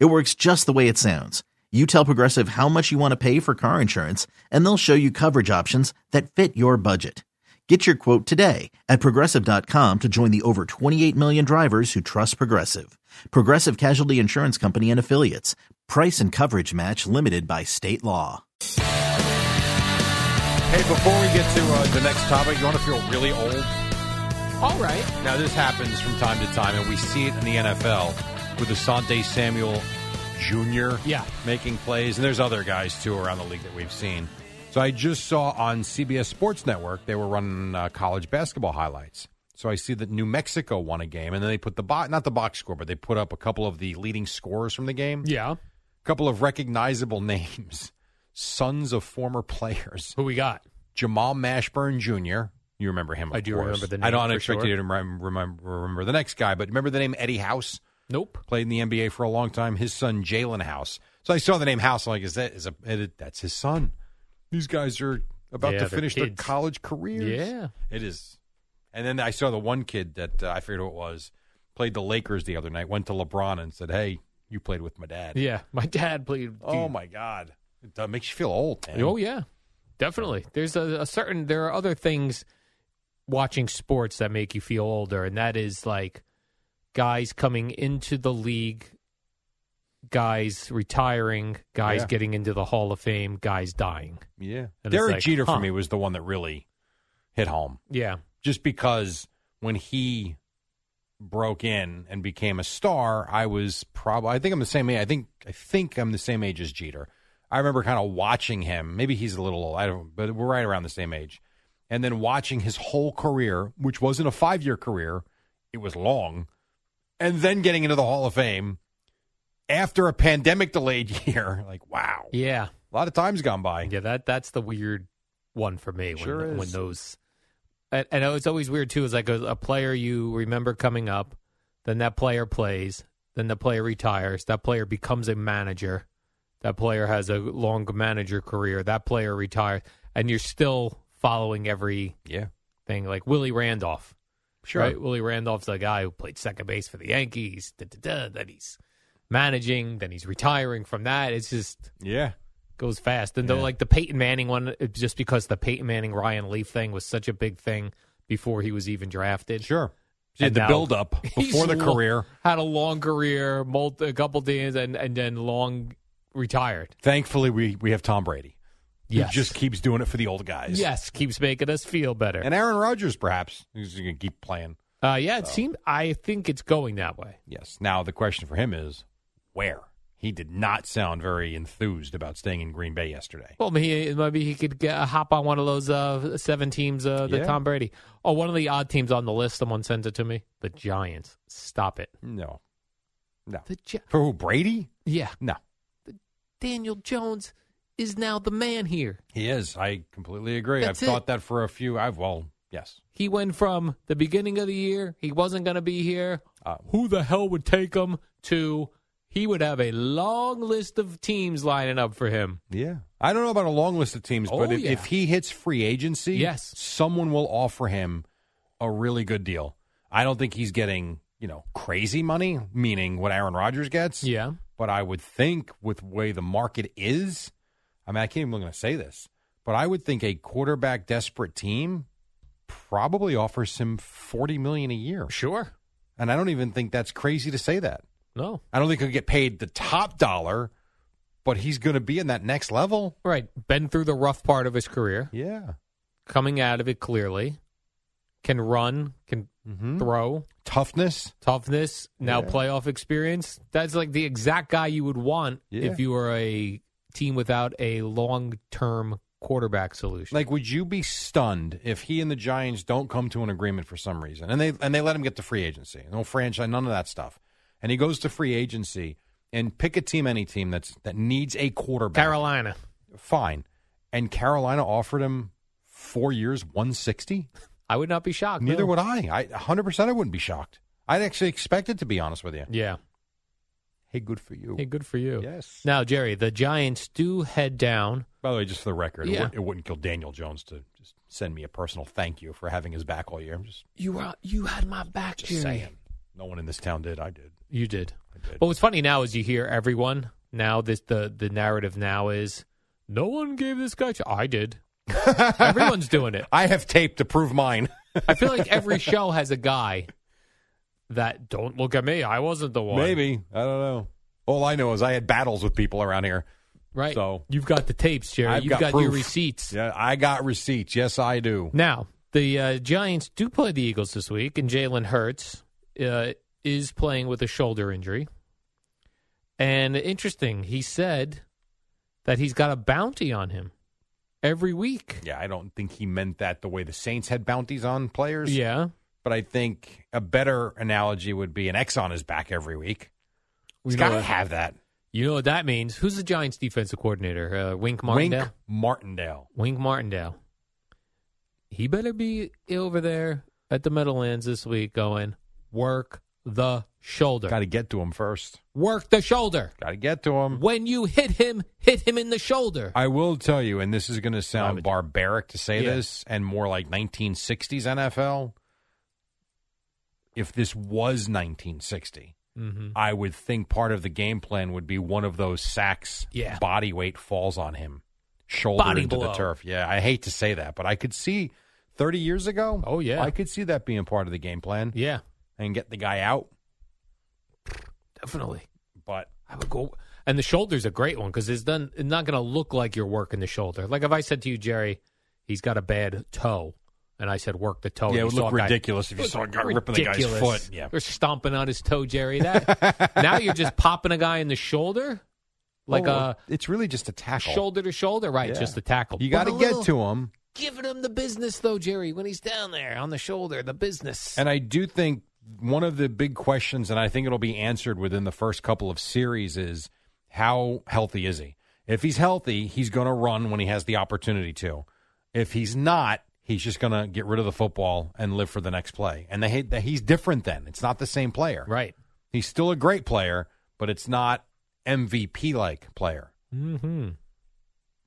It works just the way it sounds. You tell Progressive how much you want to pay for car insurance, and they'll show you coverage options that fit your budget. Get your quote today at progressive.com to join the over 28 million drivers who trust Progressive. Progressive Casualty Insurance Company and Affiliates. Price and coverage match limited by state law. Hey, before we get to uh, the next topic, you want to feel really old? All right. Now, this happens from time to time, and we see it in the NFL with Asante Samuel Jr. Yeah. making plays, and there's other guys too around the league that we've seen. So I just saw on CBS Sports Network they were running uh, college basketball highlights. So I see that New Mexico won a game, and then they put the box not the box score, but they put up a couple of the leading scorers from the game, Yeah. a couple of recognizable names, sons of former players. Who we got? Jamal Mashburn Jr. You remember him? Of I do course. remember the I name don't for expect sure. you to remember, remember, remember the next guy, but remember the name Eddie House? Nope. Played in the NBA for a long time. His son Jalen House. So I saw the name House. I'm like, is that is a it- that's his son? These guys are about Yeah, to they're finish their kids. college careers. Yeah. it is. And then I saw the one kid that uh, I figured who it was played the Lakers the other night. Went to LeBron and said, "Hey, you played with my dad." Yeah. My dad played. Oh my God, it uh, makes you feel old. Man. Oh yeah. Definitely. There's a, a certain. There are other things watching sports that make you feel older, and that is like guys coming into the league, guys retiring, guys Yeah. getting into the Hall of Fame, guys dying. Yeah. And it's Derek like, Jeter for huh. me was the one that really hit home Yeah. just because when he broke in and became a star, I was probably I think I'm the same age. I think I think I'm the same age as Jeter. I remember kind of watching him. Maybe he's a little old. I don't but we're right around the same age. And then watching his whole career, which wasn't a 5-year career, it was long. And then getting into the Hall of Fame after a pandemic delayed year, like wow. Yeah. A lot of time's gone by. Yeah, that that's the weird one for me. When, Sure is. when those, and, and it's always weird too. Is like a, a player you remember coming up, then that player plays, then the player retires, that player becomes a manager, that player has a long manager career, that player retires, and you're still following everything. Yeah. Like Willie Randolph, Sure. right? Willie Randolph's the guy who played second base for the Yankees. Da, da, da, then he's managing, then he's retiring from that. It's just Yeah. goes fast. And Yeah. though, like the Peyton Manning one, it's just because the Peyton Manning Ryan Leaf thing was such a big thing before he was even drafted. Sure. So you had And the now- build up before He's the lo- career. had a long career, multi, a couple days, and and then long retired. Thankfully, we, we have Tom Brady. Yes, He just keeps doing it for the old guys. yes, keeps making us feel better. And Oh. Aaron Rodgers, perhaps. He's going to keep playing. uh, yeah, it seemed. I think it's going that way. Yes. Now, the question for him is where? He did not sound very enthused about staying in Green Bay yesterday. Well, maybe maybe he could get, hop on one of those uh, seven teams uh, that Yeah. Tom Brady. Oh, one of the odd teams on the list. Someone sent it to me. The Giants. Stop it. No. No. The Gi- For who? Brady? yeah. No. Daniel Jones is now the man here. He is. I completely agree. That's I've it. thought that for a few. I've, well, yes. He went from the beginning of the year, he wasn't going to be here. Uh, Who the hell would take him to? He would have a long list of teams lining up for him. Yeah. I don't know about a long list of teams, but Oh, if, yeah. if he hits free agency, Yes. someone will offer him a really good deal. I don't think he's getting, you know, crazy money, meaning what Aaron Rodgers gets. Yeah. But I would think with the way the market is, I mean, I can't even going to say this, but I would think a quarterback desperate team probably offers him 40 million a year. Sure. And I don't even think that's crazy to say that. No. I don't think he'll get paid the top dollar, but he's going to be in that next level. Right. Been through the rough part of his career, Yeah. coming out of it clearly. Can run, can Mm-hmm. throw, Toughness. toughness, now Yeah. playoff experience. That's like the exact guy you would want Yeah. if you were a team without a long term quarterback solution. Like, would you be stunned if he and the Giants don't come to an agreement for some reason, and they and they let him get to free agency, no franchise, none of that stuff, and he goes to free agency, and pick a team, any team that's that needs a quarterback. Carolina. fine. And Carolina offered him four years, one sixty. I would not be shocked. Neither no. would I. I hundred percent. I wouldn't be shocked. I'd actually expect it to be honest with you. Yeah. Hey, good for you. Hey, good for you. Yes. Now, Jerry, the Giants do head down. By the way, just for the record, it, Yeah. wouldn't, it wouldn't kill Daniel Jones to just send me a personal thank you for having his back all year. I'm just, You were you had my back, just saying. No one in this town did. I did. You did. I did. But what's funny now is you hear everyone now. This the the narrative now is no one gave this guy. To, I did. Everyone's doing it. I have tape to prove mine. I feel like every show has a guy that don't look at me. I wasn't the one. Maybe. I don't know. All I know is I had battles with people around here. right. So- you've got the tapes, Jerry. I've you've got got, your proof. receipts. Yeah, I got receipts. Yes, I do. Now, the uh, Giants do play the Eagles this week, and Jalen Hurts uh, is playing with a shoulder injury. And interesting, he said that he's got a bounty on him every week. Yeah, I don't think he meant that the way the Saints had bounties on players. Yeah. But I think a better analogy would be an X on his back every week. He's You got know to what- have that. You know what that means? Who's the Giants defensive coordinator? Uh, Wink Martindale? Wink Martindale. Wink Martindale. He better be over there at the Meadowlands this week going, work the shoulder. Got to get to him first. Work the shoulder. Got to get to him. When you hit him, hit him in the shoulder. Um, I will tell you, and this is going to sound Robert. barbaric to say Yeah. this, and more like 1960s NFL. If this was 1960, Mm-hmm. I would think part of the game plan would be one of those sacks, Yeah. body weight falls on him, shoulder Body into blow. the turf. Yeah, I hate to say that, but I could see 30 years ago. Oh, yeah. I could see that being part of the game plan Yeah, and get the guy out. definitely. But I would go. And the shoulder's a great one because it's done. It's not going to look like you're working the shoulder. Like if I said to you, Jerry, he's got a bad toe, and I said work the toe. yeah, it would and Oh, you saw look a guy- ridiculous if you Look saw a guy ripping the guy's ridiculous. foot. Yeah, You're stomping on his toe, Jerry. That now you're just popping a guy in the shoulder, like uh, Oh, a it's really just a tackle. shoulder to shoulder, right? Yeah. Just the tackle. You got to get to him. giving him the business though, Jerry, when he's down there on the shoulder, the business. And I do think one of the big questions, and I think it'll be answered within the first couple of series, is how healthy is he? If he's healthy, he's going to run when he has the opportunity to. If he's not, he's just going to get rid of the football and live for the next play. And they, they, he's different then. It's not the same player. right. He's still a great player, but it's not MVP like player. Mm-hmm.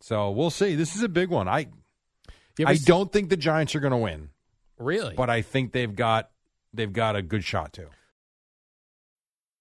So we'll see. This is a big one. I I don't think the Giants are going to win, really. but I think they've got they've got a good shot too.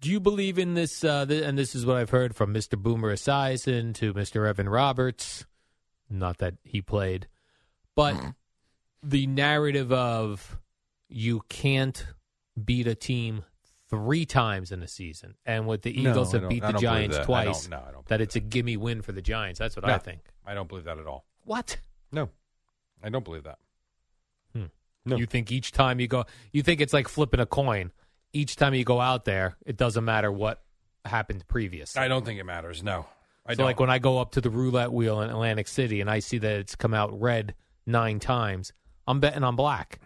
Do you believe in this? Uh, th- and this is what I've heard from Mr. Boomer Esiason to Mr. Evan Roberts. Not that he played, but Mm-hmm. the narrative of you can't beat a team three times in a season, and with the No, Eagles I have don't- beat I the don't believe Giants that. I twice, don't- no, I don't believe that it's a gimme win for the Giants. That's what No. I think. I don't believe that at all. What? No, I don't believe that. No. Hmm. You think each time you go, you think it's like flipping a coin. Each time you go out there, it doesn't matter what happened previous. I don't think it matters. No, I so don't. like when I go up to the roulette wheel in Atlantic City and I see that it's come out red nine times, I'm betting on black.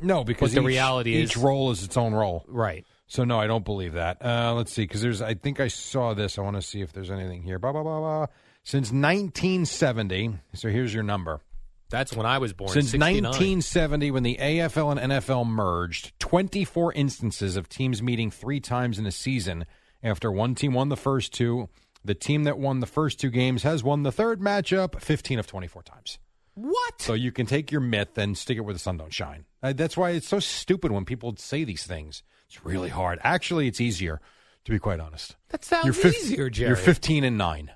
no, because the each- reality each is- role is its own role. Right. So no, I don't believe that. Uh, let's see, because there's. I think I saw this. I want to see if there's anything here. Blah blah blah blah. Since 1970, so here's your number. That's when I was born. Since 69. 1970, when the AFL and NFL merged, 24 instances of teams meeting three times in a season. After one team won the first two, the team that won the first two games has won the third matchup 15 of 24 times. What? So you can take your myth and stick it where the sun don't shine. Uh, that's why it's so stupid when people say these things. It's really hard. Actually, it's easier, to be quite honest. that sounds you're fif- easier, Jerry. You're 15 and 9.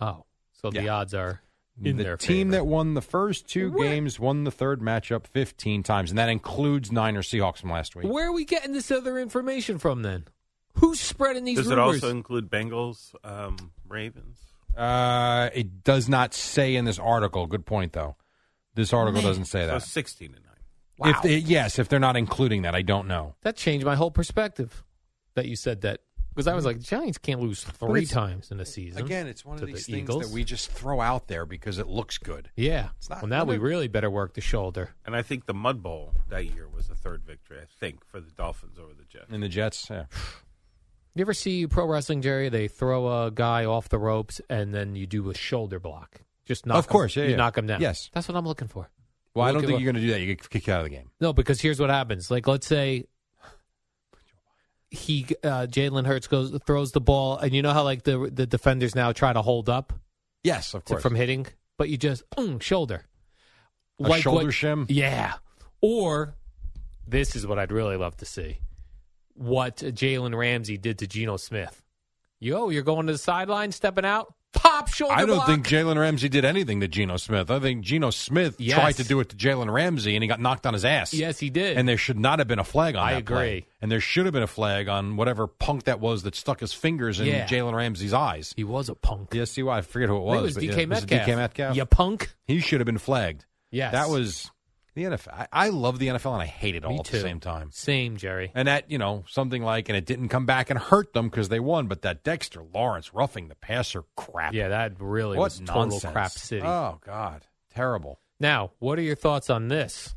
oh, so the Yeah. odds are in the their team favor. that won the first two games won the third matchup 15 times, and that includes Niner Seahawks from last week. Where are we getting this other information from then? Who's spreading these Does it rumors? also include Bengals, um, Ravens? Uh, it does not say in this article. Good point, though. This article doesn't say So that. sixteen to nine. wow. If they, yes, if they're not including that, I don't know. that changed my whole perspective that you said that. Because I was like, Giants can't lose three it's- times in a season. Again, it's one of to these the things Eagles. that we just throw out there because it looks good. Yeah. It's not- well, now we they're- really better work the shoulder. And I think the Mud Bowl that year was the third victory. I think for the Dolphins over the Jets. And the Jets, yeah. You ever see pro wrestling, Jerry? They throw a guy off the ropes and then you do a shoulder block. Just knock Of course, him, yeah, you yeah. knock him down. Yes. that's what I'm looking for. Well, I Look don't at think what- you're going to do that. You get kicked out of the game. No, because here's what happens. Like, let's say he uh, Jalen Hurts goes throws the ball, and you know how like the the defenders now try to hold up Yes, of to, course. from hitting, but you just mm, shoulder, A shoulder shim? yeah. Or this is what I'd really love to see: what Jalen Ramsey did to Geno Smith. Yo, you're going to the sideline, stepping out, pop shoulder. I don't block. think Jalen Ramsey did anything to Geno Smith. I think Geno Smith Yes. tried to do it to Jalen Ramsey, and he got knocked on his ass. Yes, he did. And there should not have been a flag on I that play. agree. And there should have been a flag on whatever punk that was that stuck his fingers in Yeah. Jalen Ramsey's eyes. he was a punk. Yes, see why? I forget who it I think was. it was but DK yeah, it was Metcalf. DK Metcalf. You punk. He should have been flagged. Yes, That was the NFL. I, I love the NFL, and I hate it all me at too. the same time. Same, Jerry. And that, you know, something like, and it didn't come back and hurt them because they won, but that Dexter Lawrence roughing the passer crap. Yeah, that really what was nonsense. total crap city. Oh, God. Terrible. now, what are your thoughts on this?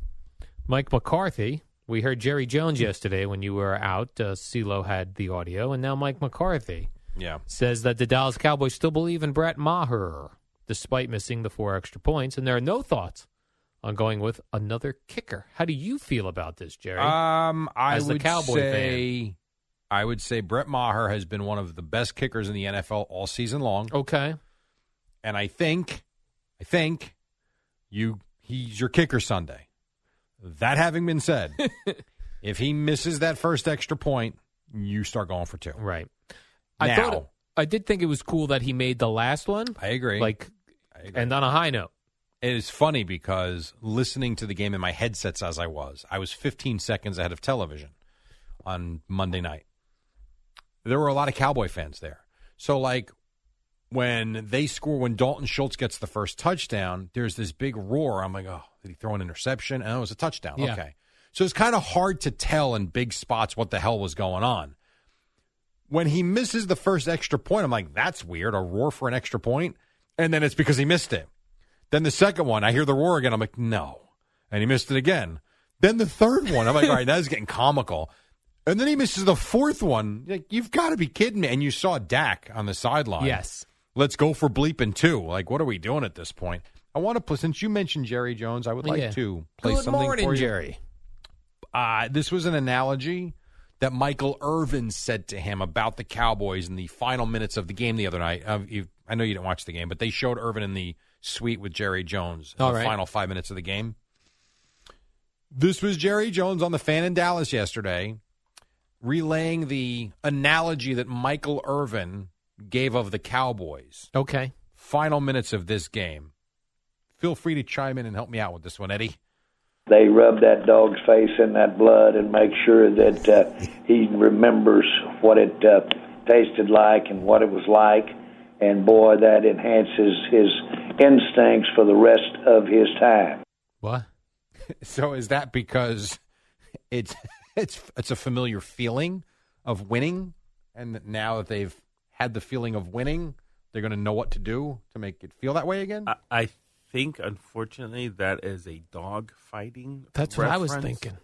Mike McCarthy, we heard Jerry Hmm. Jones yesterday when you were out. Uh, CeeLo had the audio, and now Mike McCarthy Yeah. says that the Dallas Cowboys still believe in Brett Maher despite missing the four extra points, and there are no thoughts on going with another kicker. How do you feel about this, Jerry? Um, I As the would Cowboy say, I would say Brett Maher has been one of the best kickers in the NFL all season long, okay. and I think, I think, you he's your kicker Sunday. That having been said, if he misses that first extra point, you start going for two. Right. I Now, thought I did think it was cool that he made the last one. I agree. Like I agree. and on a high note. It is funny because listening to the game in my headsets as I was, I was 15 seconds ahead of television on Monday night. There were a lot of Cowboy fans there. So, like, when they score, when Dalton Schultz gets the first touchdown, there's this big roar. I'm like, oh, did he throw an interception? And it was a touchdown. Yeah. Okay. So it's kind of hard to tell in big spots what the hell was going on. When he misses the first extra point, I'm like, that's weird. A roar for an extra point. And then it's because he missed it. Then the second one, I hear the roar again. I'm like, no. And he missed it again. Then the third one, I'm like, all right, that is getting comical. And then he misses the fourth one. Like, you've got to be kidding me. And you saw Dak on the sideline. Yes. Let's go for bleeping two. Like, what are we doing at this point? I want to play, since you mentioned Jerry Jones, I would like Yeah. to play Good something morning, for you. Jerry. Uh, this was an analogy that Michael Irvin said to him about the Cowboys in the final minutes of the game the other night. Uh, you, I know you didn't watch the game, but they showed Irvin in the suite with Jerry Jones in All the right. final five minutes of the game. This was Jerry Jones on the fan in Dallas yesterday, relaying the analogy that Michael Irvin gave of the Cowboys. Okay. Final minutes of this game. Feel free to chime in and help me out with this one, Eddie. they rub that dog's face in that blood and make sure that uh, he remembers what it uh, tasted like and what it was like. And boy, that enhances his instincts for the rest of his time. What? So is that because it's it's it's a familiar feeling of winning, and that now that they've had the feeling of winning, they're going to know what to do to make it feel that way again? I, I think unfortunately that is a dog fighting. That's what I was thinking.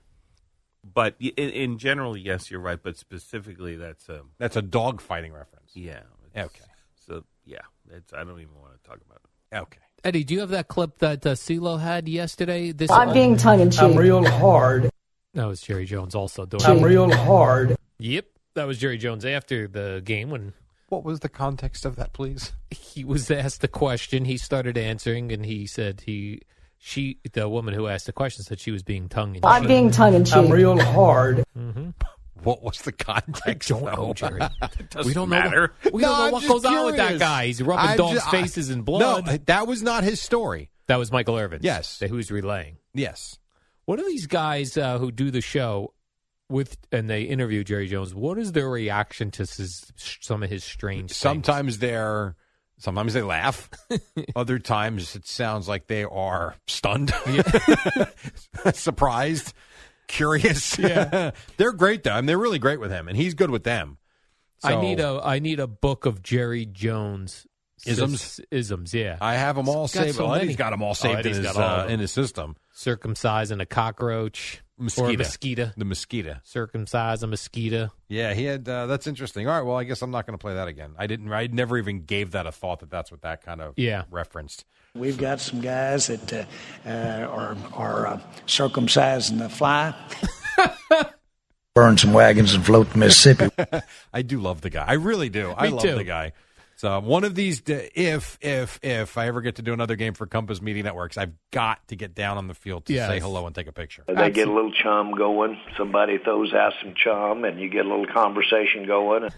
But y- in, in general, yes, you're right. But specifically, that's um, That's a dog fighting reference. yeah. it's- Okay. So yeah, it's, I don't even want to talk about it. Okay. Eddie, do you have that clip that uh, CeeLo had yesterday? This I'm being tongue in cheek. I'm real hard. That was Jerry Jones also doing I'm it. real hard. Yep. That was Jerry Jones after the game when What was the context of that, please? he was asked the question. He started answering and he said he she the woman who asked the question said she was being tongue in cheek. I'm being tongue in I'm cheek. real hard. What was the context? don't though? know, Jerry. doesn't we don't matter. know. What, we No, don't know I'm what just goes on with that curious. guy. He's rubbing I'm dogs' ju- I- faces in blood. No, that was not his story. that was Michael Irvin. Yes. that who's relaying. Yes. What are these guys uh, who do the show? with and they interview Jerry Jones, what is their reaction to his, some of his strange? things? Sometimes they're sometimes they laugh. Other times it sounds like they are stunned, surprised, curious. Yeah. they're great though. I mean, they're really great with him, and he's good with them. I need So a I need a book of Jerry Jones Isms? sis- Isms, yeah. I have them all He's got saved. so well, Eddie's many. got them all Oh, saved in, Eddie's his, got all of uh, in them. his system. Circumcising a cockroach or a Mosquito. mosquito. The mosquito. Circumcise a mosquito. Yeah, he had. Uh, that's interesting. All right. Well, I guess I'm not going to play that again. I didn't. I never even gave that a thought that that's what that kind of Yeah. referenced. We've got some guys that uh, uh, are, are uh, circumcising the fly. Burn some wagons and float to Mississippi. I do love the guy. I really do. I Me love too. the guy. So one of these, da- if if if I ever get to do another game for Compass Media Networks, I've got to get down on the field to Yes. say hello and take a picture. They get a little chum going. Somebody throws out some chum, and you get a little conversation going.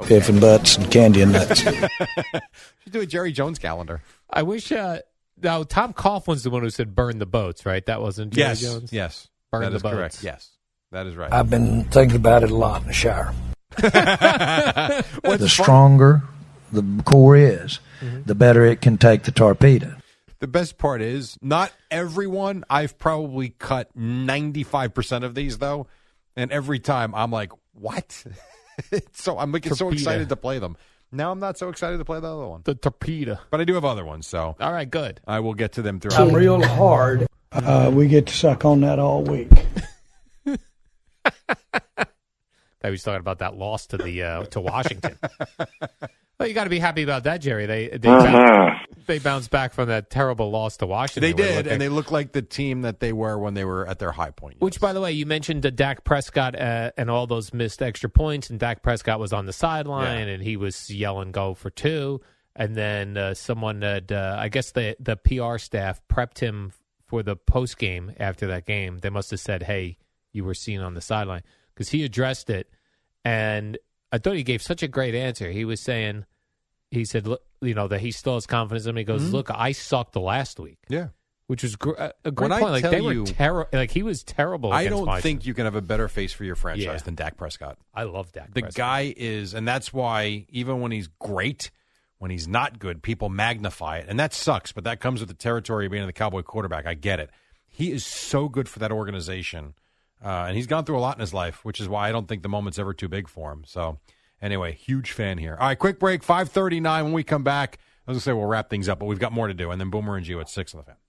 Piffin butts and candy and nuts. Should do a Jerry Jones calendar. I wish uh now Tom Coughlin's the one who said burn the boats, right? That wasn't Jerry yes, Jones. yes, Burn That the is correct. boats. Yes, that is right. Um, I've been thinking about it a lot in the shower. What's the fun- stronger the core is, Mm-hmm. the better it can take the torpedo. The best part is not everyone. I've probably cut ninety five percent of these though, and every time I'm like, "What?" so I'm like, so Torpedo. excited to play them. Now I'm not so excited to play the other one, The torpedo. but I do have other ones, so All right, good. I will get to them throughout. I'm real hard. Uh, we get to suck on that all week. That was talking about that loss to the uh, to Washington. well, you got to be happy about that, Jerry. They they, bou- they bounced back from that terrible loss to Washington. Uh-huh. They We're did, looking- and they look like the team that they were when they were at their high point. Which, by the way, you mentioned that Dak Prescott uh, and all those missed extra points, and Dak Prescott was on the sideline Yeah. and he was yelling "Go for two. And then uh, someone that uh, I guess the the PR staff prepped him for the post game after that game. They must have said, "Hey, you were seen on the sideline," because he addressed it, and I thought he gave such a great answer. He was saying, he said, look, you know, that he still has confidence in me. He goes, Mm-hmm. "Look, I sucked last week." yeah, which was gr- a- a great When I point. Like tell they were you- terrible. Like he was terrible. I against don't Washington. think you can have a better face for your franchise Yeah. than Dak Prescott. I love Dak. The Prescott. guy is, and that's why even when he's great, when he's not good, people magnify it, and that sucks. But that comes with the territory of being the Cowboy quarterback. I get it. He is so good for that organization, uh, and he's gone through a lot in his life, which is why I don't think the moment's ever too big for him. So, anyway, huge fan here. All right, quick break. Five thirty nine. When we come back, I was gonna say we'll wrap things up, but we've got more to do, and then Boomer and Geo at six on the fan.